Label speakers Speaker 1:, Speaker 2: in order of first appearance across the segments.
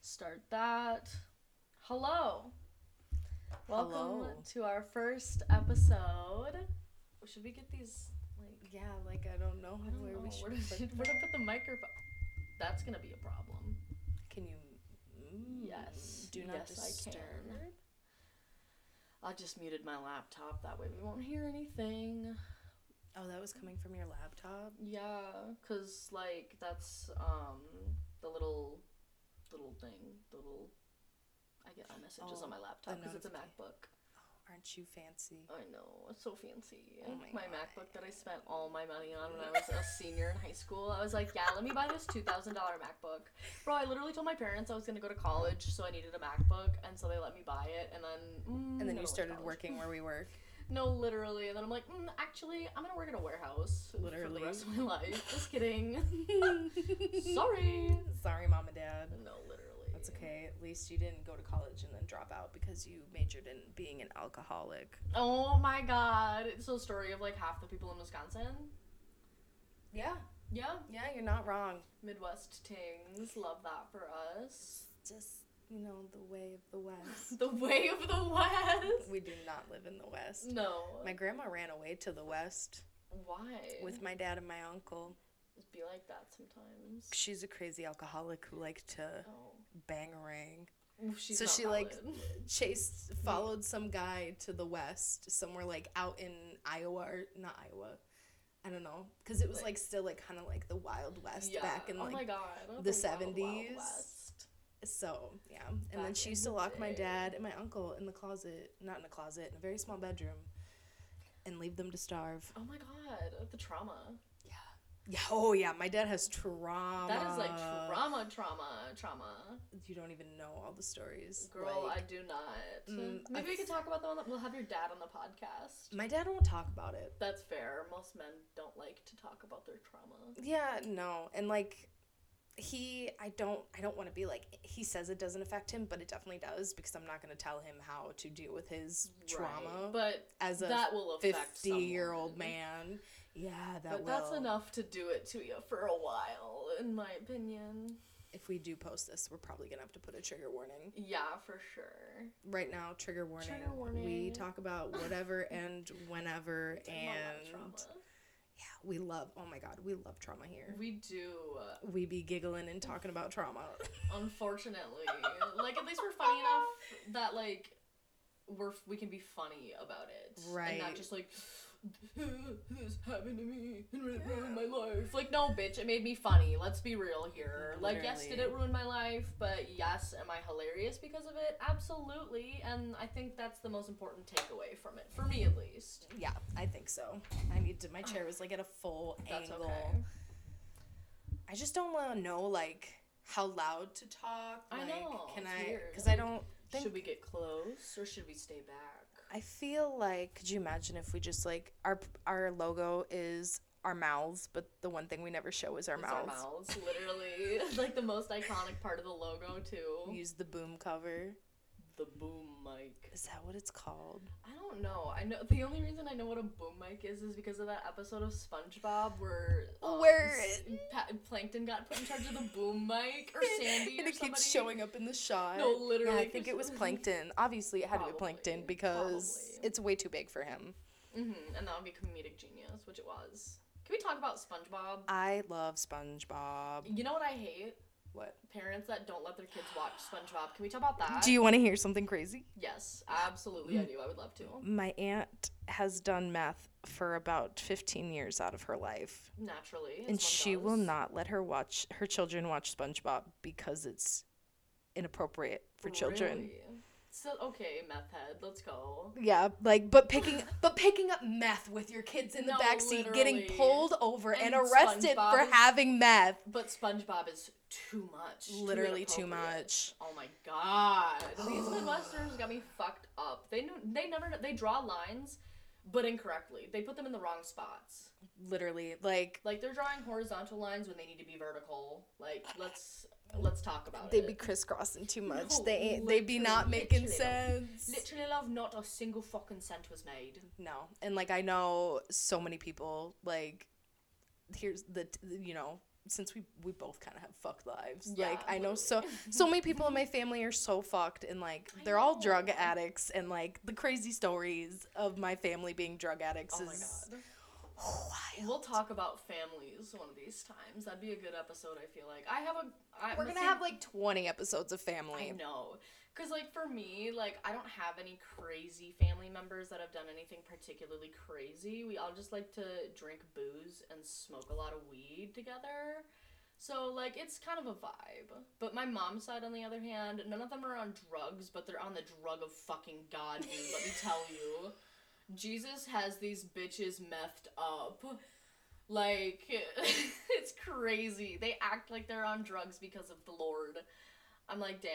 Speaker 1: start that. Hello. Welcome
Speaker 2: Hello.
Speaker 1: to our first episode. Should we get these like
Speaker 2: Yeah, like I don't know
Speaker 1: I don't
Speaker 2: where
Speaker 1: know,
Speaker 2: we should.
Speaker 1: where, to,
Speaker 2: put
Speaker 1: where to
Speaker 2: that.
Speaker 1: put the microphone? That's gonna be a problem.
Speaker 2: Can you? Mm,
Speaker 1: Yes,
Speaker 2: Do not
Speaker 1: yes, I
Speaker 2: disturb.
Speaker 1: can. I just muted my laptop that way we won't hear anything.
Speaker 2: Oh, that was coming from your laptop.
Speaker 1: Yeah, cause like that's um the little little thing, the little. I get all messages on
Speaker 2: Oh,
Speaker 1: my laptop
Speaker 2: the
Speaker 1: because it's a
Speaker 2: notifica-
Speaker 1: MacBook.
Speaker 2: Aren't you fancy?
Speaker 1: I know, it's so fancy.
Speaker 2: Oh my
Speaker 1: my
Speaker 2: God.
Speaker 1: MacBook that I spent all my money on when I was a senior in high school. I was like, yeah, let me buy this two thousand dollar MacBook. Bro, I literally told my parents I was gonna go to college, so I needed a MacBook, and so they let me buy it, and then mm,
Speaker 2: And then
Speaker 1: I
Speaker 2: you
Speaker 1: went to
Speaker 2: started
Speaker 1: college.
Speaker 2: working where we work.
Speaker 1: No, literally, and then I'm like, mm, actually, I'm gonna work in a warehouse for
Speaker 2: Literally.
Speaker 1: the rest of my life. Just kidding. Sorry.
Speaker 2: Sorry, mom and dad.
Speaker 1: No, literally.
Speaker 2: That's okay. At least you didn't go to college and then drop out because you majored in being an alcoholic.
Speaker 1: Oh my god, it's the story of like half the people in Wisconsin.
Speaker 2: Yeah,
Speaker 1: Yeah,
Speaker 2: yeah, you're not wrong.
Speaker 1: Midwest tings, love that for us.
Speaker 2: Just you know the way of the west.
Speaker 1: The way of the West.
Speaker 2: we do not live in the west.
Speaker 1: No.
Speaker 2: My grandma ran away to the west
Speaker 1: Why?
Speaker 2: with my dad and my uncle.
Speaker 1: Just be like that sometimes.
Speaker 2: She's a crazy alcoholic who liked to
Speaker 1: Oh.
Speaker 2: bang rang.
Speaker 1: Oof, she's
Speaker 2: So
Speaker 1: not
Speaker 2: she, like-
Speaker 1: valid.
Speaker 2: Chased, followed some guy to the west, somewhere like out in Iowa or not Iowa. I don't know. Because it was like still like kind of like the Wild West
Speaker 1: Yeah.
Speaker 2: back in
Speaker 1: oh my
Speaker 2: like.
Speaker 1: god,
Speaker 2: the
Speaker 1: Wild, Wild
Speaker 2: 70s.
Speaker 1: West.
Speaker 2: So yeah. And
Speaker 1: Back
Speaker 2: then she
Speaker 1: in
Speaker 2: used to
Speaker 1: the
Speaker 2: lock my
Speaker 1: day.
Speaker 2: dad and my uncle in the closet, not in a closet, in a very small bedroom and leave them to starve.
Speaker 1: Oh my god, the trauma.
Speaker 2: Yeah. Oh yeah. My dad has trauma.
Speaker 1: That is like trauma, trauma, trauma.
Speaker 2: You don't even know all the stories.
Speaker 1: Girl,
Speaker 2: like-
Speaker 1: I do not.
Speaker 2: Mm,
Speaker 1: Maybe
Speaker 2: I-
Speaker 1: we can talk about the one that we'll have your dad on the podcast.
Speaker 2: My dad won't talk about it.
Speaker 1: That's fair. Most men don't like to talk about their trauma.
Speaker 2: Yeah, no. And like he I don't I don't want to be like he says it doesn't affect him, but it definitely does because I'm not going to tell him how to deal with his trauma
Speaker 1: Right. But
Speaker 2: as a
Speaker 1: that will affect
Speaker 2: 50-year-old
Speaker 1: someone.
Speaker 2: man. Yeah, that
Speaker 1: But
Speaker 2: will.
Speaker 1: that's enough to do it to you for a while, in my opinion.
Speaker 2: If we do post this, we're probably going to have to put a trigger warning.
Speaker 1: Yeah, for sure.
Speaker 2: Right now, trigger warning.
Speaker 1: Trigger
Speaker 2: We
Speaker 1: warning.
Speaker 2: talk about whatever and whenever
Speaker 1: I'm a lot of
Speaker 2: and yeah, we love. Oh my god, we love trauma here.
Speaker 1: We do, uh,
Speaker 2: We be giggling and talking about trauma.
Speaker 1: unfortunately. like at least we're funny enough that like we're we can be funny about it, And
Speaker 2: Right.
Speaker 1: not just like this happened to me and it ruined my life. Like no, bitch, it made me funny. Let's be real here. Like yes, did it
Speaker 2: Literally.
Speaker 1: ruin my life? But yes, am I hilarious because of it? Absolutely. And I think that's the most important takeaway from it for me at least.
Speaker 2: Yeah, I think so. I need to. My chair was like at a full
Speaker 1: That's
Speaker 2: angle.
Speaker 1: okay.
Speaker 2: I just don't want to know like how loud to talk.
Speaker 1: I
Speaker 2: Like,
Speaker 1: know,
Speaker 2: Can
Speaker 1: it's
Speaker 2: I?
Speaker 1: weird.
Speaker 2: Because I don't think.
Speaker 1: Should we get close or should we stay back?
Speaker 2: I feel like. Could you imagine if we just like our our logo is our mouths, but the one thing we never show is our
Speaker 1: It's
Speaker 2: mouths.
Speaker 1: our mouths, literally. It's like the most iconic part of the logo too.
Speaker 2: Use the boom cover.
Speaker 1: The boom mic.
Speaker 2: Is that what it's called?
Speaker 1: I don't know. I know the only reason I know what a boom mic is is because of that episode of SpongeBob where um,
Speaker 2: Where-
Speaker 1: S- Pa- Plankton got put in charge of the boom mic or Sandy
Speaker 2: and
Speaker 1: or
Speaker 2: it keeps
Speaker 1: somebody.
Speaker 2: showing up in the shot.
Speaker 1: No, literally,
Speaker 2: Yeah, I
Speaker 1: for
Speaker 2: think it was
Speaker 1: some-
Speaker 2: plankton. Obviously, it had to be
Speaker 1: Probably,
Speaker 2: plankton because
Speaker 1: probably.
Speaker 2: it's way too big for him.
Speaker 1: hmm and that would be comedic genius, which it was. Can we talk about SpongeBob?
Speaker 2: I love SpongeBob.
Speaker 1: You know what I hate?
Speaker 2: What?
Speaker 1: Parents that don't let their kids watch SpongeBob. Can we talk about that?
Speaker 2: Do you Mm-hmm. want to hear something crazy?
Speaker 1: Yes, absolutely. I do. I would love to.
Speaker 2: My aunt has done math for about 15 years out of her life,
Speaker 1: Naturally, as one
Speaker 2: and she will
Speaker 1: does.
Speaker 2: not let her watch her children watch SpongeBob because it's inappropriate for children.
Speaker 1: Really? So okay, meth head, let's go.
Speaker 2: Yeah, like but picking but picking up meth with your kids in the
Speaker 1: No,
Speaker 2: backseat, getting
Speaker 1: literally.
Speaker 2: pulled over
Speaker 1: And
Speaker 2: and, arrested for
Speaker 1: SpongeBob is-
Speaker 2: having meth.
Speaker 1: But SpongeBob is too much. too
Speaker 2: Literally too
Speaker 1: inappropriate.
Speaker 2: much.
Speaker 1: Oh my god. These Midwesterners got me fucked up. They knew, they never they draw lines, but incorrectly. They put them in the wrong spots.
Speaker 2: Literally, like
Speaker 1: Like they're drawing horizontal lines when they need to be vertical. Like let's let's talk about
Speaker 2: they
Speaker 1: it.
Speaker 2: be crisscrossing too much.
Speaker 1: No,
Speaker 2: they ain't, they be not
Speaker 1: literally,
Speaker 2: making
Speaker 1: literally.
Speaker 2: sense.
Speaker 1: Literally, love. Not a single fucking cent was made.
Speaker 2: No, and like I know so many people like here's the t- you know since we we both kind of have fucked lives.
Speaker 1: Yeah,
Speaker 2: like I know so
Speaker 1: literally.
Speaker 2: so many people in my family are so fucked and like
Speaker 1: I
Speaker 2: they're all
Speaker 1: know.
Speaker 2: drug addicts and like the crazy stories of my family being drug addicts
Speaker 1: Oh my
Speaker 2: is
Speaker 1: god.
Speaker 2: wild.
Speaker 1: We'll talk about families one of these times. That'd be a good episode. I feel like I have a. I,
Speaker 2: We're
Speaker 1: the
Speaker 2: gonna
Speaker 1: same-
Speaker 2: have like 20 episodes of
Speaker 1: I
Speaker 2: family.
Speaker 1: know. Cause like for me, like I don't have any crazy family members that have done anything particularly crazy. We all just like to drink booze and smoke a lot of weed together. So like it's kind of a vibe. But my mom's side on the other hand, none of them are on drugs, but they're on the drug of fucking God, dude, let me tell you. Jesus has these bitches methed up. Like it's crazy. They act like they're on drugs because of the Lord. I'm like, damn,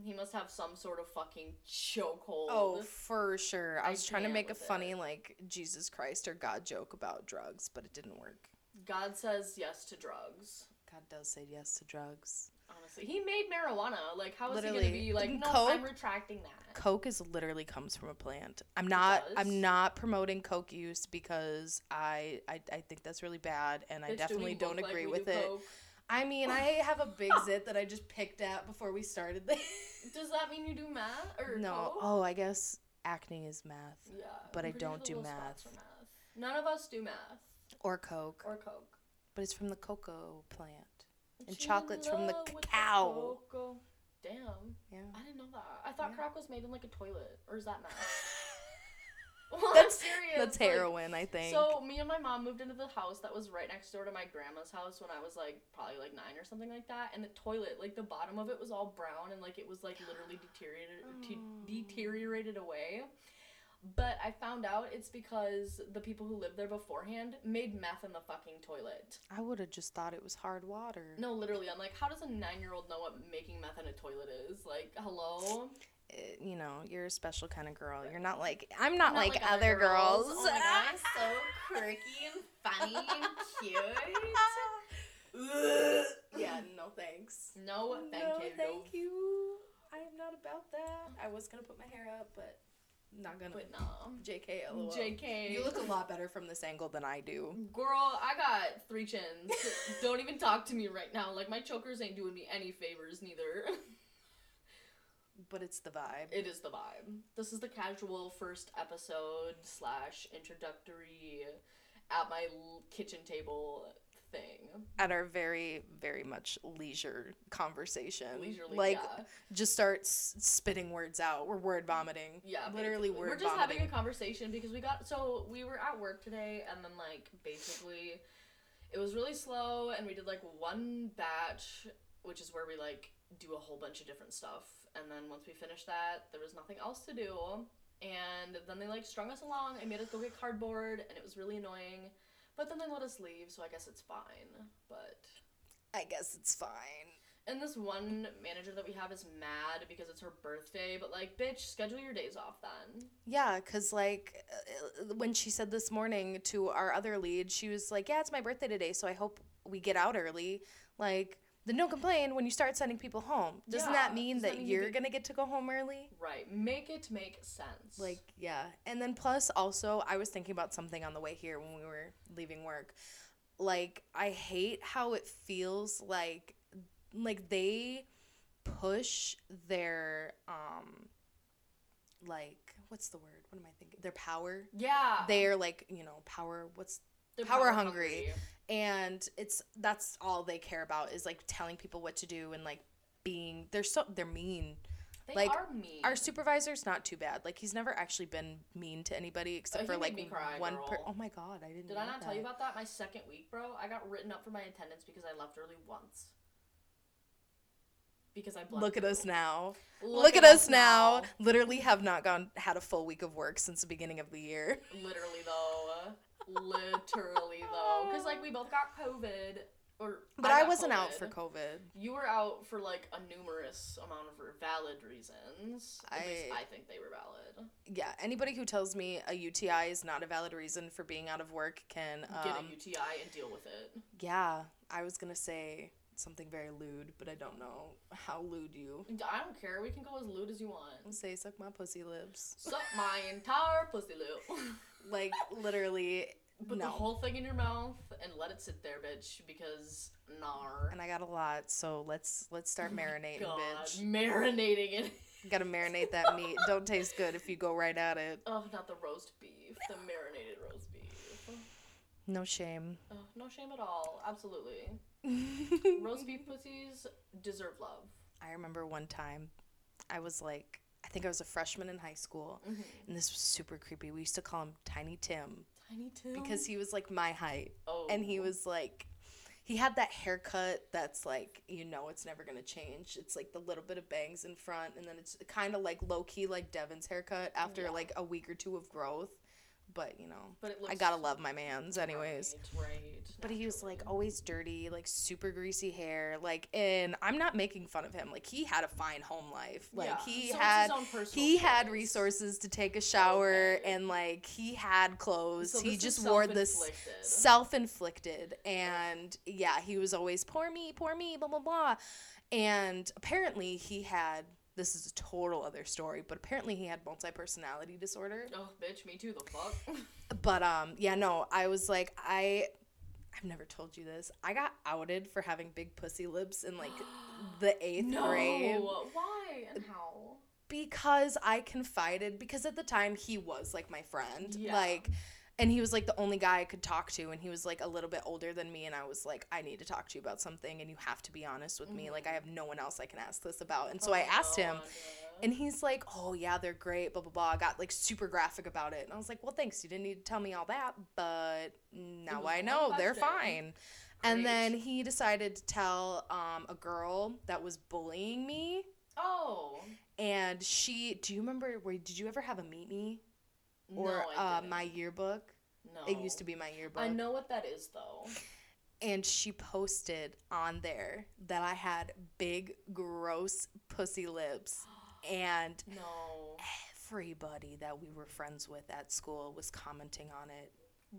Speaker 1: he must have some sort of fucking chokehold.
Speaker 2: Oh, for sure. I
Speaker 1: I
Speaker 2: was trying to
Speaker 1: can't
Speaker 2: make a
Speaker 1: with it.
Speaker 2: funny like Jesus Christ or God joke about drugs, but it didn't work.
Speaker 1: God says yes to drugs.
Speaker 2: God does say yes to drugs.
Speaker 1: Honestly, he made marijuana. Like, how is he
Speaker 2: Literally.
Speaker 1: gonna be like,
Speaker 2: Mm,
Speaker 1: no,
Speaker 2: coke-
Speaker 1: I'm retracting that.
Speaker 2: Coke is literally comes from a plant. I'm not
Speaker 1: does.
Speaker 2: I'm not promoting coke use because I I, I think that's really bad and I
Speaker 1: Bitch, do
Speaker 2: definitely
Speaker 1: we
Speaker 2: don't
Speaker 1: look like
Speaker 2: agree
Speaker 1: we
Speaker 2: with
Speaker 1: do
Speaker 2: it.
Speaker 1: coke?
Speaker 2: I mean, I have a big zit that I just picked at before we started this.
Speaker 1: Does that mean you do math or
Speaker 2: no.
Speaker 1: coke?
Speaker 2: Oh, I guess acne is math
Speaker 1: yeah.
Speaker 2: but
Speaker 1: I'm
Speaker 2: I
Speaker 1: pretty
Speaker 2: don't
Speaker 1: the
Speaker 2: do
Speaker 1: little spots
Speaker 2: math.
Speaker 1: are math. None of us do math
Speaker 2: or coke,
Speaker 1: or coke.
Speaker 2: but it's from the cocoa plant. And
Speaker 1: She in
Speaker 2: chocolate's from the
Speaker 1: love with
Speaker 2: cacao.
Speaker 1: cocoa. Damn,
Speaker 2: Yeah.
Speaker 1: I didn't know that. I thought
Speaker 2: Yeah.
Speaker 1: crack was made in like a toilet, or is that math? well, I'm
Speaker 2: That's-
Speaker 1: serious.
Speaker 2: That's
Speaker 1: like,
Speaker 2: heroin, I think.
Speaker 1: So me and my mom moved into the house that was right next door to my grandma's house when I was like probably like nine or something like that, and the toilet, like the bottom of it was all brown and like it was like literally deteriorated te-
Speaker 2: Oh.
Speaker 1: deteriorated away. But I found out it's because the people who lived there beforehand made meth in the fucking toilet.
Speaker 2: I would have just thought it was hard water.
Speaker 1: No, literally, I'm like, how does a nine year old know what making meth in a toilet is? Like, hello.
Speaker 2: Eh, you know, you're a special kind of girl. You're not like I'm not,
Speaker 1: Not
Speaker 2: like, other girls.
Speaker 1: Oh my god, so quirky and funny and cute.
Speaker 2: yeah, no thanks.
Speaker 1: No, Oh, thank
Speaker 2: no,
Speaker 1: you.
Speaker 2: thank you. I'm not about that. I was gonna put my hair up, but not gonna.
Speaker 1: But no.
Speaker 2: JK, lol.
Speaker 1: JK.
Speaker 2: You look a lot better from this angle than I do.
Speaker 1: Girl, I got three chins. Don't even talk to me right now. Like, my chokers ain't doing me any favors, neither.
Speaker 2: But it's the vibe.
Speaker 1: It is the vibe. This is the casual first episode slash introductory at my l- kitchen table thing.
Speaker 2: At our very, very much leisure conversation,
Speaker 1: Leisurely,
Speaker 2: like
Speaker 1: yeah.
Speaker 2: just start s- spitting words out. We're word vomiting.
Speaker 1: Yeah,
Speaker 2: literally
Speaker 1: basically.
Speaker 2: word
Speaker 1: We're just
Speaker 2: vomiting.
Speaker 1: having a conversation because we got so we were at work today and then like basically it was really slow and we did like one batch which is where we like do a whole bunch of different stuff and then once we finished that there was nothing else to do and then they like strung us along and made us go get cardboard and it was really annoying but then they let us leave so I guess it's fine but
Speaker 2: I guess it's fine.
Speaker 1: and this one manager that we have is mad because it's her birthday, but like, bitch, schedule your days off then.
Speaker 2: Yeah, cause like uh, uh, when she said this morning to our other lead, she was like, "Yeah, it's my birthday today, so I hope we get out early." Like, then don't complain when you start sending people home. Doesn't
Speaker 1: Yeah,
Speaker 2: that mean
Speaker 1: doesn't
Speaker 2: that,
Speaker 1: that mean you
Speaker 2: you're
Speaker 1: get-
Speaker 2: gonna get to go home early?
Speaker 1: Right. Make it make sense.
Speaker 2: Like, yeah. And then plus also, I was thinking about something on the way here when we were leaving work. Like, I hate how it feels like like they push their um like what's the word? What am I thinking? Their power.
Speaker 1: yeah.
Speaker 2: They're like, you know, power what's
Speaker 1: They're
Speaker 2: power hungry. and it's that's all they care about is like telling people what to do and like being they're so they're mean
Speaker 1: They
Speaker 2: Like,
Speaker 1: are mean.
Speaker 2: our supervisor's not too bad. Like he's never actually been mean to anybody except
Speaker 1: Oh, he
Speaker 2: for
Speaker 1: made
Speaker 2: like
Speaker 1: me cry,
Speaker 2: one. Per-
Speaker 1: girl.
Speaker 2: oh my god, I didn't.
Speaker 1: Did
Speaker 2: know
Speaker 1: I not
Speaker 2: that.
Speaker 1: tell you about that? My second week, bro, I got written up for my attendance because I left early once. Because I blacked
Speaker 2: Look at
Speaker 1: out.
Speaker 2: us now. Look, at us now. Literally have not gone had a full week of work since the beginning of the year.
Speaker 1: Literally though. Literally though. Because like we both got COVID. Or
Speaker 2: But I,
Speaker 1: got
Speaker 2: wasn't out for
Speaker 1: COVID.
Speaker 2: COVID.
Speaker 1: You were out for like a numerous amount of valid reasons. At least
Speaker 2: I-
Speaker 1: I think they were valid.
Speaker 2: Yeah, anybody who tells me a UTI is not a valid reason for being out of work can um,
Speaker 1: Get a UTI and deal with it.
Speaker 2: Yeah, I was gonna say something very lewd, but I don't know how lewd you
Speaker 1: I don't care. We can go as lewd as you want.
Speaker 2: say. Suck my pussy lips.
Speaker 1: Suck my entire pussy lip.
Speaker 2: Like literally,
Speaker 1: Put
Speaker 2: No.
Speaker 1: the whole thing in your mouth and let it sit there, bitch, because gnar.
Speaker 2: and I got a lot, so let's let's start marinating,
Speaker 1: God,
Speaker 2: bitch.
Speaker 1: marinating it.
Speaker 2: Gotta marinate that meat. Don't taste good if you go right at it.
Speaker 1: Oh, not the roast beef, the marinated roast beef.
Speaker 2: No shame.
Speaker 1: Oh, no shame at all. Absolutely. Roast beef pussies deserve love.
Speaker 2: I remember one time I was like I think I was a freshman in high school and this was super creepy. We used to call him Tiny Tim
Speaker 1: Tiny Tim.
Speaker 2: because he was like my height
Speaker 1: oh,
Speaker 2: and he was like he had that haircut that's like you know it's never going to change. It's like the little bit of bangs in front and then it's kind of like low key like Devin's haircut after
Speaker 1: Yeah.
Speaker 2: like a week or two of growth. But, you know,
Speaker 1: But it
Speaker 2: I
Speaker 1: looks
Speaker 2: got to love my mans anyways.
Speaker 1: Right. right
Speaker 2: But he was like
Speaker 1: naturally.
Speaker 2: always dirty, like super greasy hair, like and I'm not making fun of him. Like he had a fine home life. Like
Speaker 1: Yeah, so
Speaker 2: he
Speaker 1: it's his
Speaker 2: had
Speaker 1: own personal
Speaker 2: he had
Speaker 1: choice.
Speaker 2: resources to take a shower
Speaker 1: Okay.
Speaker 2: and like he had clothes.
Speaker 1: So
Speaker 2: he
Speaker 1: this is
Speaker 2: just wore this
Speaker 1: self-inflicted.
Speaker 2: self-inflicted and yeah, he was always poor me, poor me, blah blah blah. And apparently he had this is a total other story, but apparently he had multi-personality disorder.
Speaker 1: Oh, bitch, me too. The fuck.
Speaker 2: But um, yeah, no, I was like, I, I've never told you this. I got outed for having big pussy lips in like the eighth grade
Speaker 1: Why and how?
Speaker 2: because I confided because at the time he was like my friend,
Speaker 1: Yeah.
Speaker 2: like. And he was like the only guy I could talk to, and he was like a little bit older than me. And I was like, I need to talk to you about something, and you have to be honest with me. Like, I have no one else I can ask this about. And so I
Speaker 1: Mm-hmm. Oh,
Speaker 2: asked him,
Speaker 1: God.
Speaker 2: and he's like, "Oh yeah, they're great." Blah blah blah. I Got like super graphic about it, and I was like, "Well, thanks. You didn't need to tell me all that, but now
Speaker 1: was
Speaker 2: I
Speaker 1: one
Speaker 2: know they're
Speaker 1: question.
Speaker 2: fine." And
Speaker 1: Great.
Speaker 2: then he decided to tell um, a girl that was bullying me,
Speaker 1: Oh.
Speaker 2: and she. Do you remember? Where did you ever have a meet me or
Speaker 1: no, I
Speaker 2: uh,
Speaker 1: didn't.
Speaker 2: my yearbook?
Speaker 1: No.
Speaker 2: It used to be my yearbook.
Speaker 1: I know what that is though.
Speaker 2: and she posted on there that I had big, gross pussy lips, and
Speaker 1: No.
Speaker 2: everybody that we were friends with at school was commenting on it.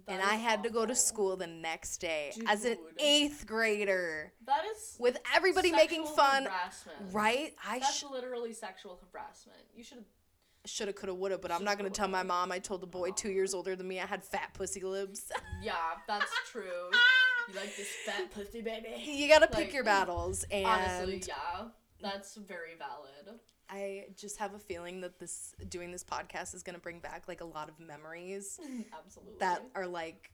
Speaker 1: That
Speaker 2: and
Speaker 1: is
Speaker 2: I had to go to
Speaker 1: awful.
Speaker 2: school the next day as an
Speaker 1: Dude.
Speaker 2: eighth grader
Speaker 1: That is
Speaker 2: with everybody making
Speaker 1: sexual
Speaker 2: fun.
Speaker 1: Harassment.
Speaker 2: Right? I
Speaker 1: That's
Speaker 2: sh-
Speaker 1: literally sexual harassment. You should have.
Speaker 2: should have, could have, would have, but I'm not going to tell my mom. I told the boy two years older than me I had fat pussy lips.
Speaker 1: Yeah, that's true. You like this fat pussy baby?
Speaker 2: you got to pick
Speaker 1: Like,
Speaker 2: your battles. And
Speaker 1: Honestly, yeah, that's very valid.
Speaker 2: I just have a feeling that this doing this podcast is going to bring back like a lot of memories
Speaker 1: Absolutely.
Speaker 2: that are like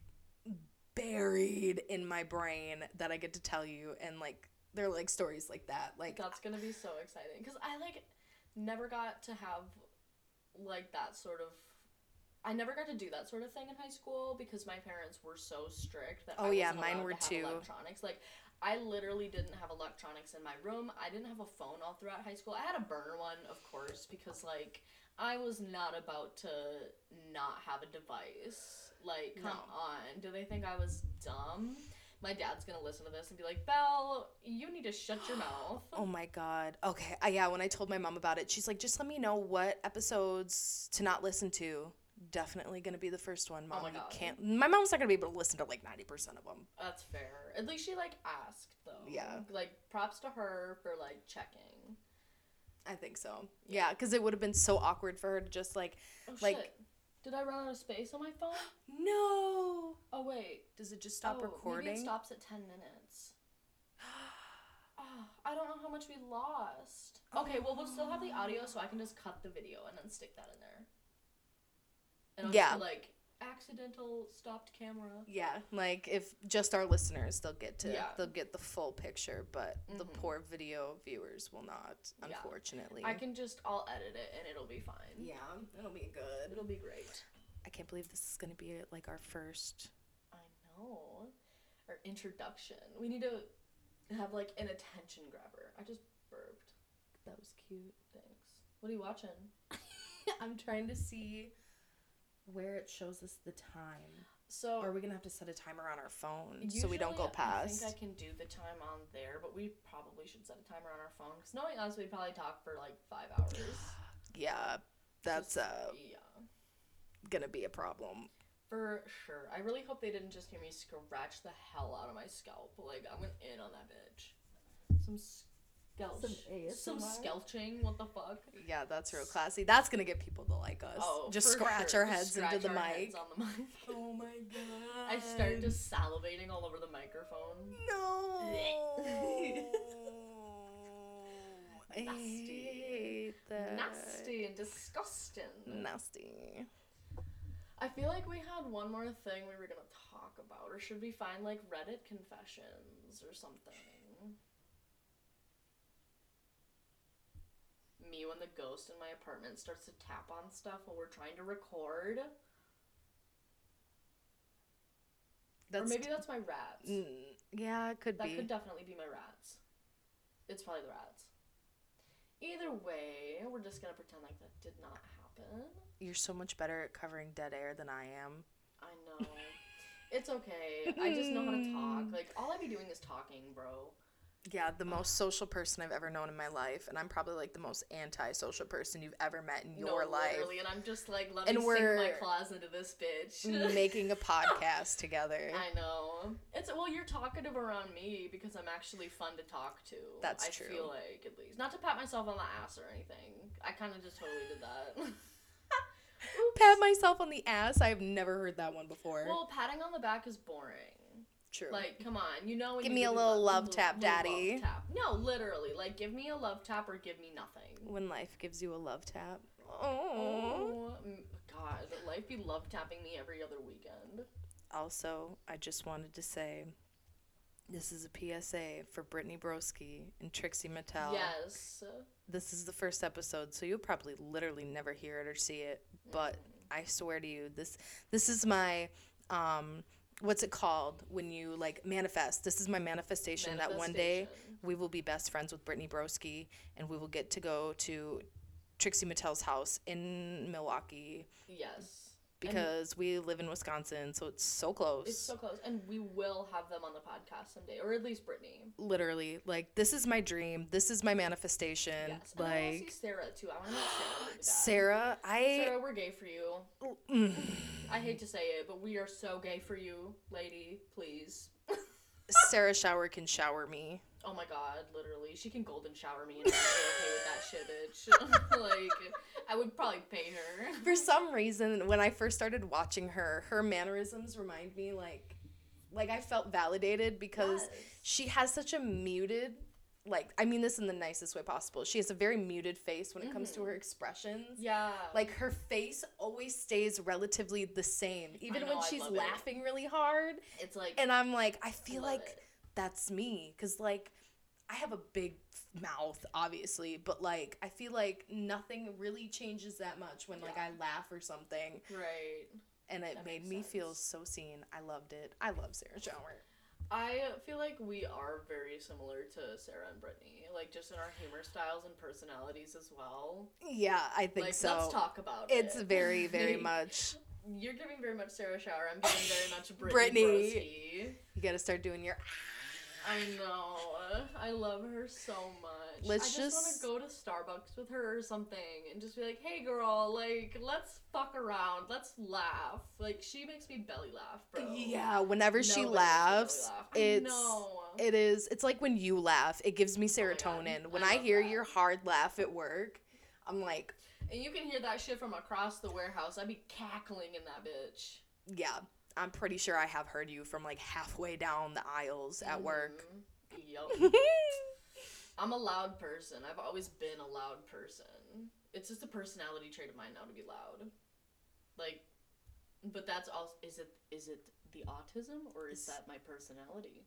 Speaker 2: buried in my brain that I get to tell you and like they're like stories like that. Like
Speaker 1: that's gonna be so exciting because I like never got to have like that sort of. I never got to do that sort of thing in high school because my parents were so strict that I
Speaker 2: Oh, yeah,
Speaker 1: wasn't
Speaker 2: mine
Speaker 1: allowed
Speaker 2: were
Speaker 1: to have
Speaker 2: too.
Speaker 1: Electronics, like I literally didn't have electronics in my room. I didn't have a phone all throughout high school. I had a burner one, of course, because like I was not about to not have a device. Like, come
Speaker 2: No.
Speaker 1: on, do they think I was dumb? My dad's gonna listen to this and be like, "Belle, you need to shut your mouth."
Speaker 2: Oh my god. Okay. Uh, yeah, when I told my mom about it, she's like, just let me know what episodes to not listen to. Definitely gonna be the first one, mom.
Speaker 1: my
Speaker 2: you
Speaker 1: God.
Speaker 2: can't my mom's not gonna be able to listen to like ninety percent of them.
Speaker 1: That's fair. At least she like asked though.
Speaker 2: Yeah.
Speaker 1: Like props to her for like checking.
Speaker 2: I think so. Yeah, because it would have been so awkward for her to just like,
Speaker 1: Oh
Speaker 2: Like-
Speaker 1: shit. Did I run out of space on my phone?
Speaker 2: No.
Speaker 1: Oh wait.
Speaker 2: Does it just stop
Speaker 1: Oh,
Speaker 2: recording?
Speaker 1: Maybe it stops at ten minutes. Ah, I don't know how much we lost.
Speaker 2: Oh
Speaker 1: Okay, well we'll still have the audio, so I can just cut the video and then stick that in there. And I'll
Speaker 2: Yeah.
Speaker 1: Just, be like accidental stopped camera.
Speaker 2: Yeah, like if just our listeners, they'll get to
Speaker 1: Yeah.
Speaker 2: they'll get the full picture, but the
Speaker 1: Mhm.
Speaker 2: poor video viewers will not,
Speaker 1: Yeah.
Speaker 2: unfortunately.
Speaker 1: I can just I'll edit it and it'll be fine.
Speaker 2: yeah, it'll be good.
Speaker 1: It'll be great.
Speaker 2: I can't believe this is gonna be like our first.
Speaker 1: I know. Our introduction. We need to have like an attention grabber. I just burped.
Speaker 2: That was cute.
Speaker 1: Thanks. What are you watching?
Speaker 2: I'm trying to see where it shows us the time.
Speaker 1: So
Speaker 2: Are we gonna have to set a timer on our phone so we don't go
Speaker 1: usually
Speaker 2: past?
Speaker 1: I think I can do the time on there, but we probably should set a timer on our phone because knowing us, we'd probably talk for like five hours.
Speaker 2: Yeah, that's uh,
Speaker 1: yeah,
Speaker 2: gonna be a problem.
Speaker 1: for sure. I really hope they didn't just hear me scratch the hell out of my scalp. Like I went in on that bitch. Some Skelch.
Speaker 3: Some
Speaker 1: Some,
Speaker 3: ASMR?
Speaker 1: skelching. What the fuck?
Speaker 2: Yeah, that's real classy. That's gonna get people to like us. just
Speaker 1: Oh, for
Speaker 2: scratch
Speaker 1: sure.
Speaker 2: our
Speaker 1: Just
Speaker 2: heads
Speaker 1: scratch
Speaker 2: into the
Speaker 1: our heads
Speaker 2: mic.
Speaker 1: on the mic.
Speaker 2: Oh my god.
Speaker 1: I started just salivating all over the microphone.
Speaker 2: No. I
Speaker 1: Nasty.
Speaker 2: hate that.
Speaker 1: Nasty and disgusting.
Speaker 2: Nasty.
Speaker 1: I feel like we had one more thing we were gonna talk about, or should we find like Reddit confessions or something? Me when the ghost in my apartment starts to tap on stuff while we're trying to record.
Speaker 2: That's
Speaker 1: or maybe that's my rats.
Speaker 2: Mm, yeah, it could
Speaker 1: that
Speaker 2: be.
Speaker 1: could definitely be my rats. It's probably the rats. Either way, we're just gonna pretend like that did not happen.
Speaker 2: You're so much better at covering dead air than I am.
Speaker 1: I know. it's okay. I just know how to talk. Like all I be doing is talking, bro.
Speaker 2: Yeah, the most social person I've ever known in my life, and I'm probably like the most anti-social person you've ever met in your
Speaker 1: no,
Speaker 2: life.
Speaker 1: literally, and I'm just like, let
Speaker 2: And
Speaker 1: me sink
Speaker 2: we're-
Speaker 1: my claws into this bitch.
Speaker 2: Making a podcast together.
Speaker 1: I know. It's well, you're talkative around me because I'm actually fun to talk to.
Speaker 2: That's
Speaker 1: I
Speaker 2: true.
Speaker 1: feel like at least not to pat myself on the ass or anything. I kind of just totally did that.
Speaker 2: Pat myself on the ass. I've never heard that one before.
Speaker 1: well, patting on the back is boring.
Speaker 2: true.
Speaker 1: Like, come on, you know. when
Speaker 2: Give
Speaker 1: you
Speaker 2: me a
Speaker 1: do
Speaker 2: little
Speaker 1: lo-
Speaker 2: love
Speaker 1: lo-
Speaker 2: tap,
Speaker 1: love
Speaker 2: daddy.
Speaker 1: tap. No, literally, like, give me a love tap or give me nothing.
Speaker 2: when life gives you a love tap. Oh.
Speaker 1: Oh, m- God, life be love tapping me every other weekend.
Speaker 2: Also, I just wanted to say this is a PSA for Brittany Broski and Trixie Mattel.
Speaker 1: Yes.
Speaker 2: This is the first episode, so you'll probably literally never hear it or see it, but I swear to you, this this is my um what's it called when you like manifest. This is my manifestation that one day
Speaker 1: Manifestation.
Speaker 2: we will be best friends with Brittany Broski and we will get to go to Trixie Mattel's house in Milwaukee
Speaker 1: Yes. And
Speaker 2: because we live in Wisconsin, so it's so close.
Speaker 1: It's so close, and we will have them on the podcast someday, or at least Brittany.
Speaker 2: Literally, like this is my dream. This is my manifestation.
Speaker 1: Yes, and I want to see
Speaker 2: Like
Speaker 1: Sarah too. I want to know Sarah. would do that.
Speaker 2: Sarah, I
Speaker 1: Sarah, we're gay for you.
Speaker 2: Mm.
Speaker 1: I hate to say it, but we are so gay for you, lady. Please.
Speaker 2: Sarah Shower can shower me.
Speaker 1: Oh my god, literally, she can golden shower me, and I'm okay with that shit, bitch. like, I would probably pay her.
Speaker 2: For some reason, when I first started watching her, her mannerisms remind me like like I felt validated because
Speaker 1: Yes.
Speaker 2: she has such a muted like I mean this in the nicest way possible. She has a very muted face when it comes
Speaker 1: Mm-hmm.
Speaker 2: to her expressions.
Speaker 1: Yeah.
Speaker 2: Like her face always stays relatively the same, even when
Speaker 1: know, I
Speaker 2: she's
Speaker 1: love it.
Speaker 2: laughing really hard.
Speaker 1: it's like.
Speaker 2: And I'm like, I feel
Speaker 1: love
Speaker 2: like
Speaker 1: it.
Speaker 2: that's me. Cause like, I have a big mouth, obviously, but like, I feel like nothing really changes that much when like
Speaker 1: Yeah.
Speaker 2: I laugh or something.
Speaker 1: right.
Speaker 2: And it
Speaker 1: That
Speaker 2: made
Speaker 1: makes
Speaker 2: me feel
Speaker 1: sense.
Speaker 2: so seen. I loved it. I love Sarah Shower.
Speaker 1: I feel like we are very similar to Sarah and Brittany, like just in our humor styles and personalities as well.
Speaker 2: Yeah, I think
Speaker 1: Like,
Speaker 2: so.
Speaker 1: let's talk about
Speaker 2: It's
Speaker 1: it.
Speaker 2: very, very much.
Speaker 1: You're giving very much Sarah Shower. I'm giving very much Brittany.
Speaker 2: Brittany.
Speaker 1: Broski.
Speaker 2: You gotta start doing your.
Speaker 1: I know. I love her so much. I just,
Speaker 2: Let's just-
Speaker 1: want to go to Starbucks with her or something and just be like, "Hey, girl, like, let's fuck around. Let's laugh. Like, she makes me belly laugh, bro.
Speaker 2: Yeah, whenever
Speaker 1: No,
Speaker 2: she
Speaker 1: but it makes me
Speaker 2: laughs,
Speaker 1: laugh. I
Speaker 2: it's
Speaker 1: know.
Speaker 2: it is it's like when you laugh, it gives
Speaker 1: my
Speaker 2: me
Speaker 1: God.
Speaker 2: serotonin. when
Speaker 1: Oh, I
Speaker 2: I,
Speaker 1: love
Speaker 2: hear
Speaker 1: that.
Speaker 2: your hard laugh at work, I'm like,
Speaker 1: And you can hear that shit from across the warehouse. I'd be cackling in that bitch.
Speaker 2: yeah, I'm pretty sure I have heard you from like halfway down the aisles
Speaker 1: Mm-hmm.
Speaker 2: at work.
Speaker 1: Mhm. Yup. I'm a loud person. I've always been a loud person. It's just a personality trait of mine now to be loud. Like, but that's also is it is it the autism or is
Speaker 2: It's-
Speaker 1: that my personality?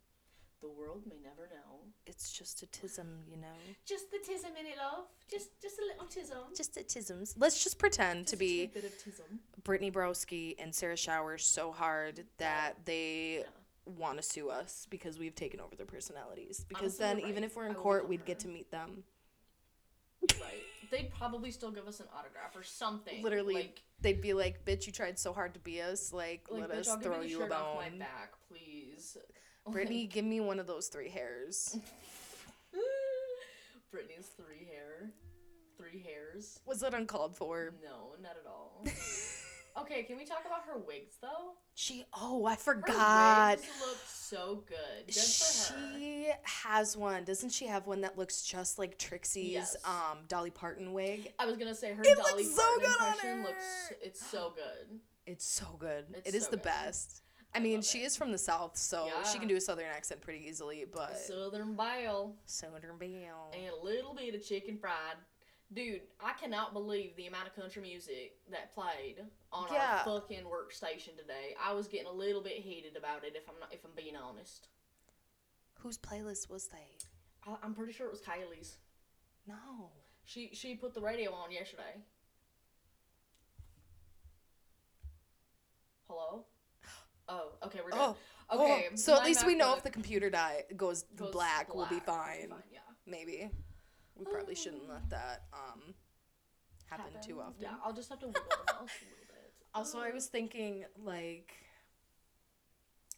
Speaker 1: The world may never know.
Speaker 2: It's just a tism, you know.
Speaker 1: Just the tism in it, love. Just just a little tism.
Speaker 2: Just a tisms. Let's just pretend to be
Speaker 1: bit of tism.
Speaker 2: Brittany Broski and Sarah Shower so hard that they want to sue us because we've taken over their personalities. Because
Speaker 1: Honestly, you're
Speaker 2: then, even
Speaker 1: right.
Speaker 2: if we're
Speaker 1: I
Speaker 2: in
Speaker 1: will
Speaker 2: court,
Speaker 1: become
Speaker 2: we'd
Speaker 1: her.
Speaker 2: get to meet them.
Speaker 1: Right. They'd probably still give us an autograph or something.
Speaker 2: Literally,
Speaker 1: like
Speaker 2: they'd be like, "Bitch, you tried so hard to be us. Like,
Speaker 1: like
Speaker 2: let
Speaker 1: bitch,
Speaker 2: us
Speaker 1: I'll
Speaker 2: throw
Speaker 1: give
Speaker 2: you
Speaker 1: you,
Speaker 2: a
Speaker 1: the shirt off my
Speaker 2: bone."
Speaker 1: back, please.
Speaker 2: Brittany, give me one of those three hairs.
Speaker 1: Brittany's three hair. Three hairs.
Speaker 2: Was that uncalled for?
Speaker 1: No, not at all. Okay, can we talk about her wigs though?
Speaker 2: She oh, I
Speaker 1: Her
Speaker 2: forgot.
Speaker 1: wigs look so good. Good for her.
Speaker 2: She has one. Doesn't she have one that looks just like Trixie's
Speaker 1: Yes.
Speaker 2: um Dolly Parton wig?
Speaker 1: I was gonna say her
Speaker 2: It
Speaker 1: Dolly
Speaker 2: looks so
Speaker 1: Parton
Speaker 2: good on
Speaker 1: impression looks.
Speaker 2: her.
Speaker 1: It's so good.
Speaker 2: It's so good.
Speaker 1: It's
Speaker 2: It's
Speaker 1: so
Speaker 2: the
Speaker 1: good.
Speaker 2: best. I,
Speaker 1: I
Speaker 2: mean,
Speaker 1: love
Speaker 2: she
Speaker 1: it.
Speaker 2: is from the south, so she
Speaker 1: Yeah.
Speaker 2: can do a southern accent pretty easily, but
Speaker 1: Southern belle
Speaker 2: southern belle.
Speaker 1: and a little bit of chicken fried. Dude, I cannot believe the amount of country music that played on
Speaker 2: Yeah.
Speaker 1: our fucking workstation today. I was getting a little bit heated about it if I'm not if I'm being honest.
Speaker 2: Whose playlist was they?
Speaker 1: I, I'm pretty sure it was Kylie's.
Speaker 2: No.
Speaker 1: She she put the radio on yesterday. Hello? Oh, okay, we're done.
Speaker 2: Oh,
Speaker 1: okay.
Speaker 2: oh, so at
Speaker 1: my
Speaker 2: least we know if
Speaker 1: MacBook
Speaker 2: the computer die goes,
Speaker 1: goes
Speaker 2: black, we'll be
Speaker 1: black,
Speaker 2: fine.
Speaker 1: we'll be yeah.
Speaker 2: Maybe. We probably shouldn't let that um happen, too
Speaker 1: Happen.
Speaker 2: often.
Speaker 1: Yeah, I'll just have to wiggle the mouse a little bit.
Speaker 2: Also, I
Speaker 1: Oh.
Speaker 2: was thinking, like,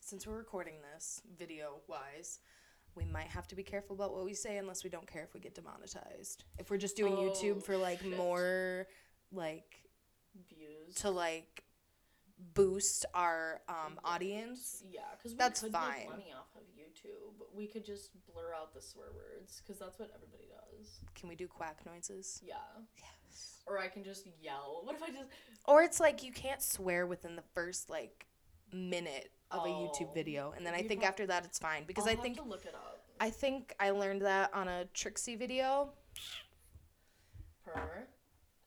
Speaker 2: since we're recording this video wise, we might have to be careful about what we say unless we don't care if we get demonetized. If we're just doing
Speaker 1: Oh,
Speaker 2: YouTube for, like,
Speaker 1: shit.
Speaker 2: more, like,
Speaker 1: views.
Speaker 2: to, like, boost our um,
Speaker 1: Engagement.
Speaker 2: audience.
Speaker 1: Yeah, because we
Speaker 2: That's
Speaker 1: could
Speaker 2: fine.
Speaker 1: make money off of YouTube. but We could just blur out the swear words because that's what everybody does.
Speaker 2: Can we do quack noises?
Speaker 1: Yeah.
Speaker 2: Yes.
Speaker 1: Or I can just yell. What if I just?
Speaker 2: Or it's like you can't swear within the first, like, minute of a
Speaker 1: Oh.
Speaker 2: YouTube video. And then I
Speaker 1: We
Speaker 2: think
Speaker 1: prob-
Speaker 2: after that it's fine because
Speaker 1: I'll
Speaker 2: I
Speaker 1: have
Speaker 2: think
Speaker 1: to look it up.
Speaker 2: I think I learned that on a Trixie video.
Speaker 1: Per,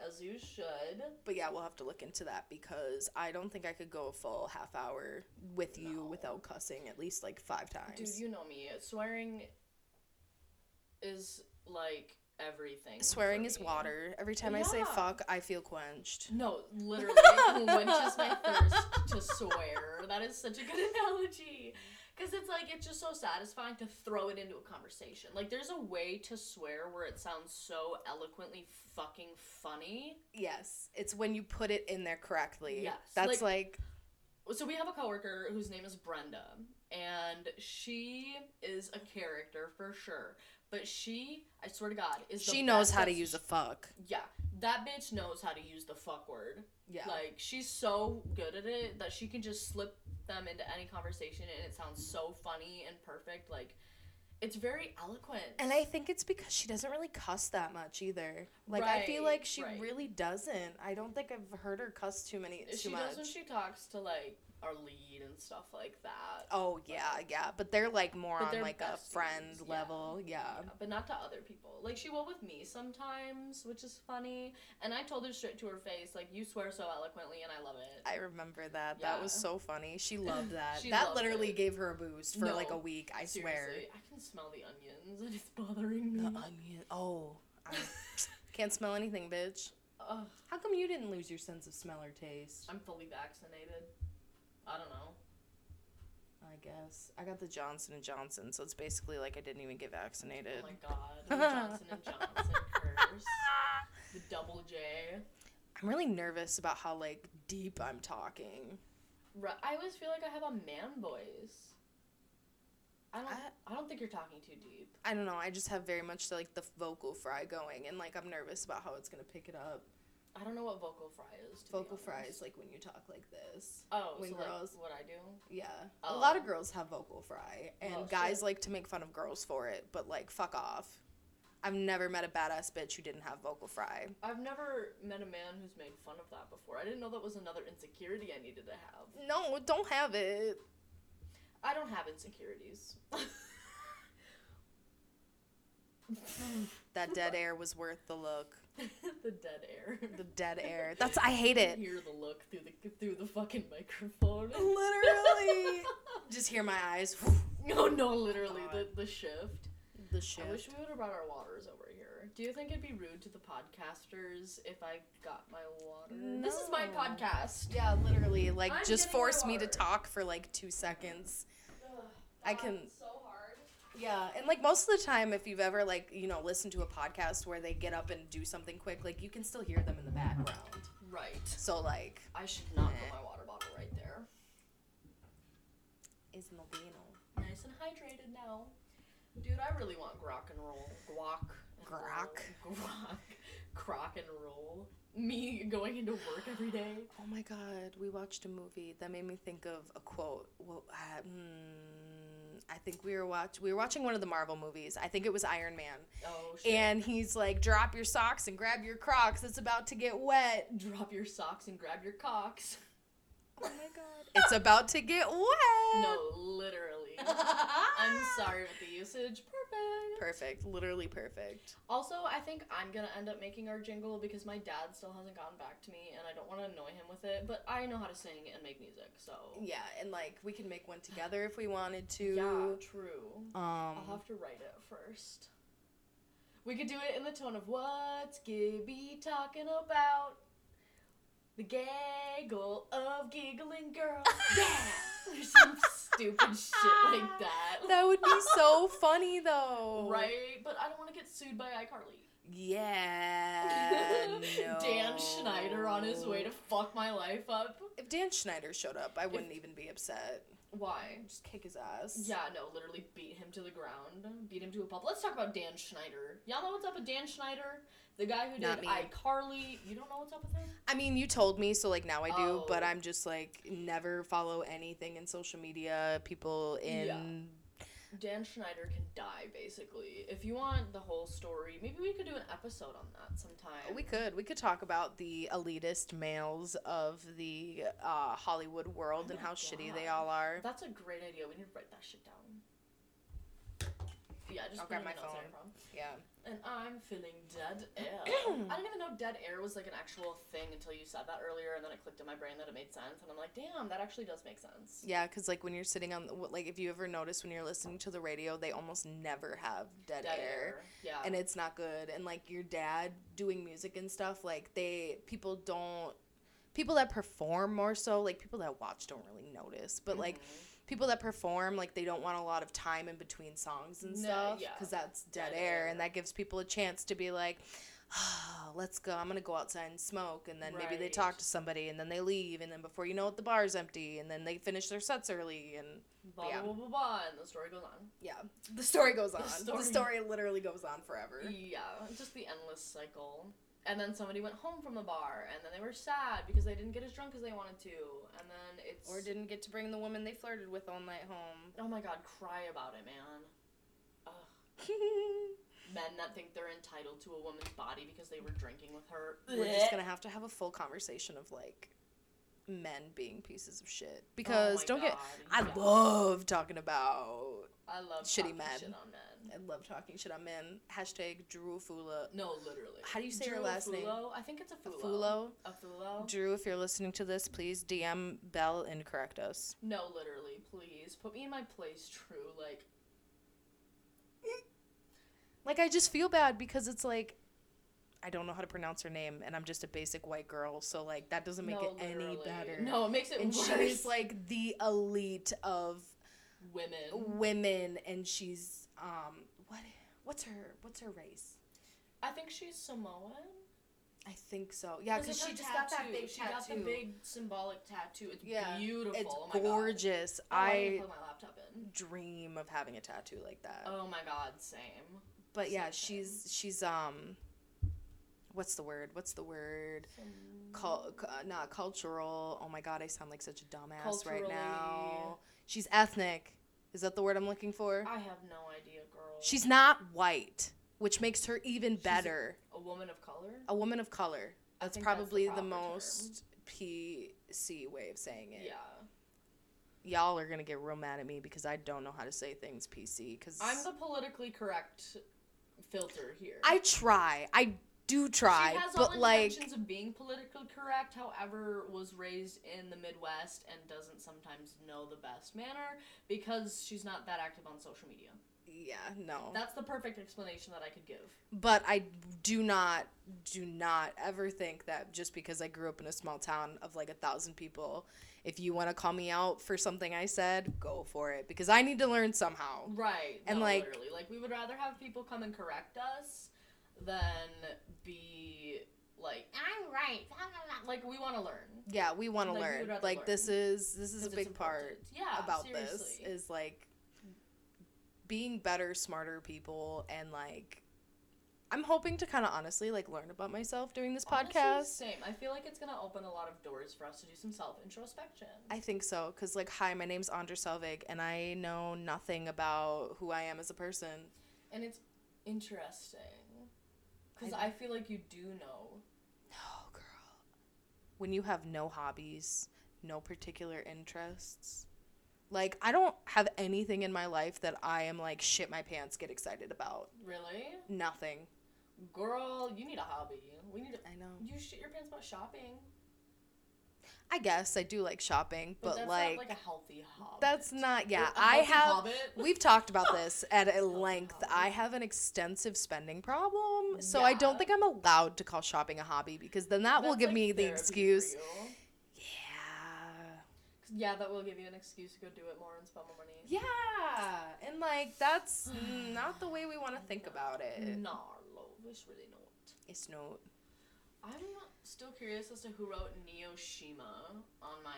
Speaker 1: as you should.
Speaker 2: But yeah, we'll have to look into that because I don't think I could go a full half hour with you
Speaker 1: No.
Speaker 2: without cussing at least like five
Speaker 1: Dude,
Speaker 2: times.
Speaker 1: you know me. Swearing is like everything.
Speaker 2: Swearing
Speaker 1: for
Speaker 2: is
Speaker 1: me.
Speaker 2: water. Every time I say
Speaker 1: Yeah.
Speaker 2: fuck, I feel quenched.
Speaker 1: No, literally quenches my thirst to swear. That is such a good analogy. Because it's like, it's just so satisfying to throw it into a conversation. Like, there's a way to swear where it sounds so eloquently fucking funny.
Speaker 2: Yes, it's when you put it in there correctly.
Speaker 1: Yes,
Speaker 2: That's like,
Speaker 1: So, we have a coworker whose name is Brenda, and she is a character for sure. But she, I swear to God, is the
Speaker 2: she knows
Speaker 1: best
Speaker 2: how to
Speaker 1: at-
Speaker 2: use a fuck.
Speaker 1: Yeah, that bitch knows how to use the fuck word.
Speaker 2: Yeah.
Speaker 1: Like she's so good at it that she can just slip them into any conversation and it sounds so funny and perfect. Like it's very eloquent.
Speaker 2: and I think it's because she doesn't really cuss that much either. Like I feel
Speaker 1: Right,
Speaker 2: like she
Speaker 1: right.
Speaker 2: really doesn't. I don't think I've heard her cuss too many too
Speaker 1: she
Speaker 2: much.
Speaker 1: does when she talks to like our lead and stuff like that.
Speaker 2: Oh yeah, yeah. But they're like more
Speaker 1: But
Speaker 2: on
Speaker 1: they're
Speaker 2: like a
Speaker 1: besties,
Speaker 2: friend
Speaker 1: yeah.
Speaker 2: level. Yeah.
Speaker 1: Yeah, uh, but not to other people. Like she will with me sometimes, which is funny. And I told her straight to her face, like you swear so eloquently, and I love it.
Speaker 2: I remember that. That was
Speaker 1: Yeah.
Speaker 2: so funny. She loved that.
Speaker 1: She
Speaker 2: that
Speaker 1: loved
Speaker 2: literally
Speaker 1: it.
Speaker 2: gave her a boost for like
Speaker 1: No,
Speaker 2: a week, I
Speaker 1: Seriously, I can smell the onions and it's bothering me.
Speaker 2: swear. The onion. Oh. I can't smell anything, bitch.
Speaker 1: Ugh.
Speaker 2: How come you didn't lose your sense of smell or taste?
Speaker 1: I'm fully vaccinated. I don't know.
Speaker 2: I guess. I got the Johnson and Johnson, so it's basically like I didn't even get vaccinated.
Speaker 1: Oh my god. The Johnson and Johnson curse. The double J.
Speaker 2: I'm really nervous about how like deep I'm talking.
Speaker 1: Ru- I always feel like I have a man voice. I don't
Speaker 2: I-
Speaker 1: I don't think you're talking too deep.
Speaker 2: I don't know. I just have very much like the vocal fry going, and like I'm nervous about how it's gonna pick it up.
Speaker 1: I don't know what vocal fry is. To
Speaker 2: vocal
Speaker 1: be
Speaker 2: fry
Speaker 1: honest.
Speaker 2: is like when you talk like this.
Speaker 1: Oh,
Speaker 2: when
Speaker 1: so like
Speaker 2: girls-
Speaker 1: what I do?
Speaker 2: Yeah. A lot of
Speaker 1: Oh.
Speaker 2: girls have vocal fry, and
Speaker 1: Oh,
Speaker 2: guys
Speaker 1: shit.
Speaker 2: like to make fun of girls for it, but like, fuck off. I've never met a badass bitch who didn't have vocal fry.
Speaker 1: I've never met a man who's made fun of that before. I didn't know that was another insecurity I needed to have.
Speaker 2: No, don't have it.
Speaker 1: I don't have insecurities.
Speaker 2: That dead air was worth the look.
Speaker 1: the dead air.
Speaker 2: The dead air. That's, I hate it.
Speaker 1: Hear the look through the through the fucking microphone.
Speaker 2: Literally. Just hear my eyes.
Speaker 1: No, no, literally the,
Speaker 2: God.
Speaker 1: the shift.
Speaker 2: the shit.
Speaker 1: I wish we would have brought our waters over here. Do you think it'd be rude to the podcasters if I got my water? This is my
Speaker 2: No.
Speaker 1: podcast.
Speaker 2: Yeah, literally. Like,
Speaker 1: I'm
Speaker 2: just
Speaker 1: getting my
Speaker 2: force me to
Speaker 1: water.
Speaker 2: talk for like two seconds. I God, can- it's
Speaker 1: so hard.
Speaker 2: Yeah, and like most of the time, if you've ever like you know listened to a podcast where they get up and do something quick, like you can still hear them in the background.
Speaker 1: Right.
Speaker 2: So like,
Speaker 1: I should not put my water bottle right there.
Speaker 2: is Milano
Speaker 1: Nice and hydrated now. Dude, I really want grok and roll. Guac. and
Speaker 2: Grok?
Speaker 1: roll. Grok. Crock and roll. me going into work every day.
Speaker 2: Oh my god, we watched a movie that made me think of a quote. Well, I, mm, I think we were watch we were watching one of the Marvel movies. I think it was Iron Man,
Speaker 1: Oh shit.
Speaker 2: and he's like, "Drop your socks and grab your Crocs. It's about to get wet."
Speaker 1: Drop your socks and grab your cocks.
Speaker 2: Oh my god, it's about to get wet.
Speaker 1: No, literally. I'm sorry with the usage. Perfect.
Speaker 2: Perfect, literally perfect.
Speaker 1: Also, I think I'm gonna end up making our jingle because my dad still hasn't gotten back to me, and I don't want to annoy him with it. But I know how to sing and make music, so
Speaker 2: Yeah, and like we can make one together if we wanted to.
Speaker 1: yeah, true. I'll
Speaker 2: Um,
Speaker 1: have to write it first. We could do it in the tone of what's Gibby talking about? The gaggle of giggling girls. Yeah! or some stupid shit like that.
Speaker 2: that would be so funny though.
Speaker 1: Right? But I don't want to get sued by iCarly.
Speaker 2: Yeah.
Speaker 1: Dan Schneider on his way to fuck my life up.
Speaker 2: If Dan Schneider showed up, I wouldn't even be upset.
Speaker 1: Why?
Speaker 2: Just kick his ass.
Speaker 1: Yeah, no, literally beat him to the ground, beat him to a pulp. Let's talk about Dan Schneider. Y'all know what's up with Dan Schneider? The guy who
Speaker 2: Not
Speaker 1: did
Speaker 2: me.
Speaker 1: iCarly. You don't know what's up with him?
Speaker 2: I mean, you told me, so like now I do,
Speaker 1: Oh.
Speaker 2: but I'm just like never follow anything in social media. People in.
Speaker 1: Dan Schneider can die, basically. If you want the whole story, maybe we could do an episode on that sometime.
Speaker 2: Oh, We could we could talk about the elitist males of the uh, Hollywood world
Speaker 1: Oh
Speaker 2: and
Speaker 1: my
Speaker 2: how shitty they
Speaker 1: God.
Speaker 2: all are.
Speaker 1: That's a great idea. We need to write that shit down. Yeah, just
Speaker 2: I'll
Speaker 1: put it
Speaker 2: grab
Speaker 1: in
Speaker 2: my
Speaker 1: the notes
Speaker 2: phone.
Speaker 1: there, Prom.
Speaker 2: Yeah.
Speaker 1: And I'm feeling dead air. I didn't even know dead air was like an actual thing until you said that earlier, and then it clicked in my brain that it made sense. And I'm like, damn, that actually does make sense.
Speaker 2: Yeah, because like when you're sitting on, w- like if you ever notice when you're listening to the radio, they almost never have dead,
Speaker 1: Dead
Speaker 2: air,
Speaker 1: air. Yeah.
Speaker 2: and it's not good. And like your dad doing music and stuff, like they people don't, people that perform more so, like people that watch don't really notice, but like
Speaker 1: Mm-hmm.
Speaker 2: people that perform, like they don't want a lot of time in between songs and
Speaker 1: No,
Speaker 2: stuff,
Speaker 1: yeah.
Speaker 2: because that's dead,
Speaker 1: Dead
Speaker 2: air,
Speaker 1: air.
Speaker 2: and that gives people a chance to be like. "Ah, let's go. I'm gonna go outside and smoke, and then maybe
Speaker 1: Right.
Speaker 2: they talk to somebody, and then they leave, and then before you know it, the bar's empty, and then they finish their sets early, and
Speaker 1: blah,
Speaker 2: yeah.
Speaker 1: blah, blah, blah, blah, and the story goes on.
Speaker 2: yeah, the story goes on. The story,
Speaker 1: story-
Speaker 2: literally goes on forever.
Speaker 1: Yeah, just the endless cycle. And then somebody went home from the bar, and then they were sad because they didn't get as drunk as they wanted to. And then it's
Speaker 2: Or didn't get to bring the woman they flirted with all night home.
Speaker 1: oh my god, cry about it, man. Ugh. Men that think they're entitled to a woman's body because they were drinking with her.
Speaker 2: We're just gonna have to have a full conversation of like men being pieces of shit
Speaker 1: Oh
Speaker 2: because don't get. I love talking about.
Speaker 1: I love
Speaker 2: shitty
Speaker 1: talking
Speaker 2: men.
Speaker 1: Shit on men.
Speaker 2: I love talking shit on men. Hashtag Drew Fula.
Speaker 1: No, literally.
Speaker 2: How do you say her last name?
Speaker 1: Fulo? I think it's a fulo.
Speaker 2: Fulo.
Speaker 1: A fulo.
Speaker 2: Drew, if you're listening to this, please DM Bell and correct us.
Speaker 1: No, literally, please put me in my place. True, like
Speaker 2: Like I just feel bad because it's like I don't know how to pronounce her name and I'm just a basic white girl, so like that doesn't make
Speaker 1: no,
Speaker 2: it any
Speaker 1: literally.
Speaker 2: better.
Speaker 1: No, it makes it
Speaker 2: And
Speaker 1: worse.
Speaker 2: she's like the elite of
Speaker 1: women.
Speaker 2: women and she's um what what's her what's her race?
Speaker 1: I think she's Samoan.
Speaker 2: I think so. Yeah,
Speaker 1: Look
Speaker 2: because
Speaker 1: at
Speaker 2: she
Speaker 1: her
Speaker 2: just got that
Speaker 1: tattoo.
Speaker 2: big
Speaker 1: She
Speaker 2: tattoo.
Speaker 1: got the big symbolic tattoo. It's
Speaker 2: Yeah.
Speaker 1: beautiful.
Speaker 2: it's
Speaker 1: oh my God.
Speaker 2: gorgeous.
Speaker 1: Oh, I need
Speaker 2: I
Speaker 1: to plug my laptop in.
Speaker 2: dream of having a tattoo like that.
Speaker 1: Oh my god, same.
Speaker 2: but yeah,
Speaker 1: Same thing.
Speaker 2: she's she's um, what's the word? What's the word? Cul- cu- uh, not cultural. Oh my god, I sound like such a dumbass right now.
Speaker 1: Culturally.
Speaker 2: She's ethnic. Is that the word I'm looking for?
Speaker 1: I have no idea, girl.
Speaker 2: She's not white, which makes her even
Speaker 1: a-
Speaker 2: better.
Speaker 1: a woman of color.
Speaker 2: A, woman of color.
Speaker 1: I think
Speaker 2: That's
Speaker 1: that's the
Speaker 2: probably the,
Speaker 1: proper term.
Speaker 2: most PC way of saying it.
Speaker 1: Yeah.
Speaker 2: Y'all are gonna get real mad at me because I don't know how to say things PC. Because
Speaker 1: I'm the politically correct filter here.
Speaker 2: I try. I do try,
Speaker 1: She has all
Speaker 2: but like,
Speaker 1: intentions of being politically correct, however, was raised in the Midwest and doesn't sometimes know the best manner because she's not that active on social media.
Speaker 2: yeah, no.
Speaker 1: That's the perfect explanation that I could give.
Speaker 2: But I do not, do not ever think that just because I grew up in a small town of like a thousand people, if you want to call me out for something I said, go for it because I need to learn somehow.
Speaker 1: Right.
Speaker 2: And,
Speaker 1: no,
Speaker 2: like-
Speaker 1: literally. Like we would rather have people come and correct us than be like I'm right. blah, blah, blah." Like we want to learn.
Speaker 2: Yeah, we want to
Speaker 1: Like, we would
Speaker 2: learn.
Speaker 1: rather
Speaker 2: Like
Speaker 1: learn.
Speaker 2: this is this is
Speaker 1: 'cause
Speaker 2: a
Speaker 1: it's
Speaker 2: big part.
Speaker 1: important. yeah,
Speaker 2: about
Speaker 1: seriously.
Speaker 2: this is like being better, smarter people, and like I'm hoping to kind of honestly like learn about myself doing this
Speaker 1: Honestly,
Speaker 2: podcast.
Speaker 1: Same. I feel like it's gonna open a lot of doors for us to do some self introspection.
Speaker 2: I think so, cause like, hi, my name's Andra Selvig, and I know nothing about who I am as a person.
Speaker 1: And it's interesting. Because
Speaker 2: I-
Speaker 1: I feel like you do know.
Speaker 2: No, girl. When you have no hobbies, no particular interests, like I don't have anything in my life that I am like shit my pants get excited about.
Speaker 1: Really?
Speaker 2: Nothing.
Speaker 1: Girl, you need a hobby. We need to.
Speaker 2: I know.
Speaker 1: You shit your pants about shopping.
Speaker 2: I guess I do like shopping, but,
Speaker 1: that's
Speaker 2: like,
Speaker 1: not like a healthy hobby.
Speaker 2: that's not yeah.
Speaker 1: A
Speaker 2: I
Speaker 1: healthy
Speaker 2: have
Speaker 1: hobbit?
Speaker 2: We've talked about this at a length.
Speaker 1: hobby.
Speaker 2: I have an extensive spending problem, so I don't
Speaker 1: Yeah.
Speaker 2: think I'm allowed to call shopping a hobby because then that will
Speaker 1: That's,
Speaker 2: give
Speaker 1: like,
Speaker 2: me the
Speaker 1: therapy for
Speaker 2: excuse.
Speaker 1: you.
Speaker 2: Yeah.
Speaker 1: 'Cause, Yeah, that will give you an excuse to go do it more and spend more money.
Speaker 2: Yeah, and like that's not the way we want to think about it.
Speaker 1: Nah, lovish really not.
Speaker 2: It's not.
Speaker 1: I'm still curious as to who wrote Neoshima on my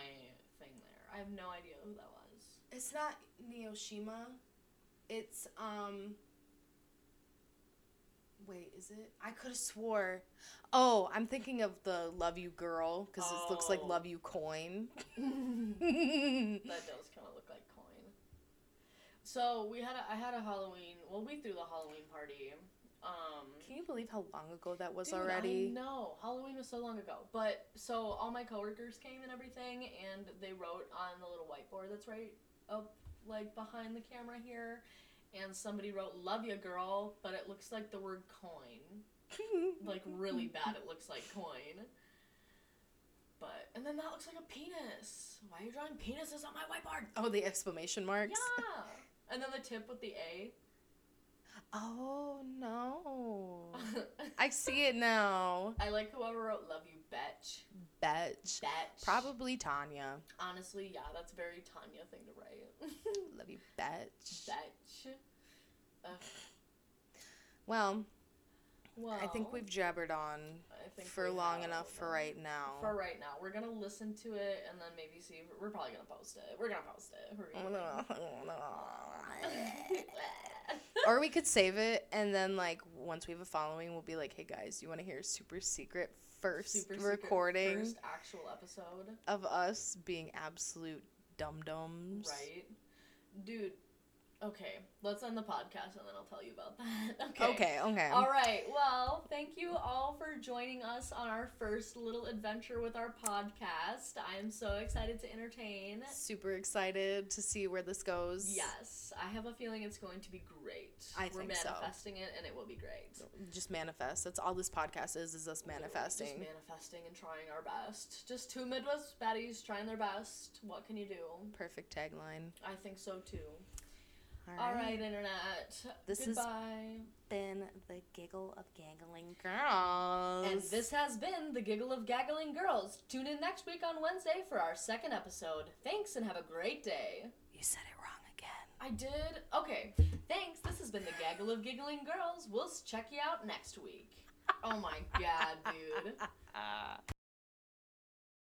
Speaker 1: thing there. I have no idea who that was.
Speaker 2: It's not Neoshima. It's um. Wait, is it? I could have swore. Oh, I'm thinking of the "Love You Girl" because it looks like
Speaker 1: Oh.
Speaker 2: "Love You Coin."
Speaker 1: that does kind of look like coin. So we had a, I had a Halloween. Well, we threw the Halloween party. Um,
Speaker 2: Can you believe how long ago that was
Speaker 1: dude, I
Speaker 2: already?
Speaker 1: know Halloween was so long ago. But so all my coworkers came and everything, and they wrote on the little whiteboard that's right up like behind the camera here, and somebody wrote "Love ya, girl," but it looks like the word coin. like really bad it looks like coin but and then that looks like a penis why are you drawing penises on my whiteboard
Speaker 2: oh, the exclamation marks.
Speaker 1: yeah and then the tip with the a
Speaker 2: Oh no! I see it now.
Speaker 1: i like whoever wrote love you betch
Speaker 2: Betch.
Speaker 1: betch
Speaker 2: Probably Tanya.
Speaker 1: honestly yeah that's a very tanya thing to write
Speaker 2: Love you, Betch.
Speaker 1: betch Ugh.
Speaker 2: Well,
Speaker 1: well
Speaker 2: I think we've jabbered on
Speaker 1: I think
Speaker 2: for
Speaker 1: we
Speaker 2: long
Speaker 1: have.
Speaker 2: enough for right now.
Speaker 1: for right now we're gonna listen to it and then maybe see if we're probably gonna post it we're gonna post it we're
Speaker 2: Oh,
Speaker 1: gonna
Speaker 2: or we could save it and then like once we have a following, we'll be like, "Hey guys, you want to hear a super secret first
Speaker 1: Super secret
Speaker 2: recording
Speaker 1: first actual episode,
Speaker 2: of us being absolute dum dums?"
Speaker 1: right? Dude, okay, let's end the podcast and then I'll tell you about that. Okay.
Speaker 2: Okay. Okay.
Speaker 1: All right. Well, thank you all for joining us on our first little adventure with our podcast. I am so excited to entertain.
Speaker 2: Super excited to see where this goes.
Speaker 1: Yes, I have a feeling it's going to be great.
Speaker 2: I
Speaker 1: We're
Speaker 2: think so.
Speaker 1: manifesting it and it will be great.
Speaker 2: Just manifest. That's all this podcast is, is us
Speaker 1: Just
Speaker 2: manifesting.
Speaker 1: manifesting and trying our best. Just two Midwest baddies trying their best. What can you do?
Speaker 2: Perfect tagline.
Speaker 1: I think so too.
Speaker 2: All
Speaker 1: All right, internet.
Speaker 2: This is-
Speaker 1: Goodbye.
Speaker 2: been the giggle of gangling girls.
Speaker 1: And this has been the Giggle of Gaggling Girls. Tune in next week on Wednesday for our second episode. Thanks and have a great day.
Speaker 2: you said it wrong again.
Speaker 1: I did. Okay. Thanks. This has been the Gaggle of Giggling Girls. We'll s- check you out next week. Oh my god, dude.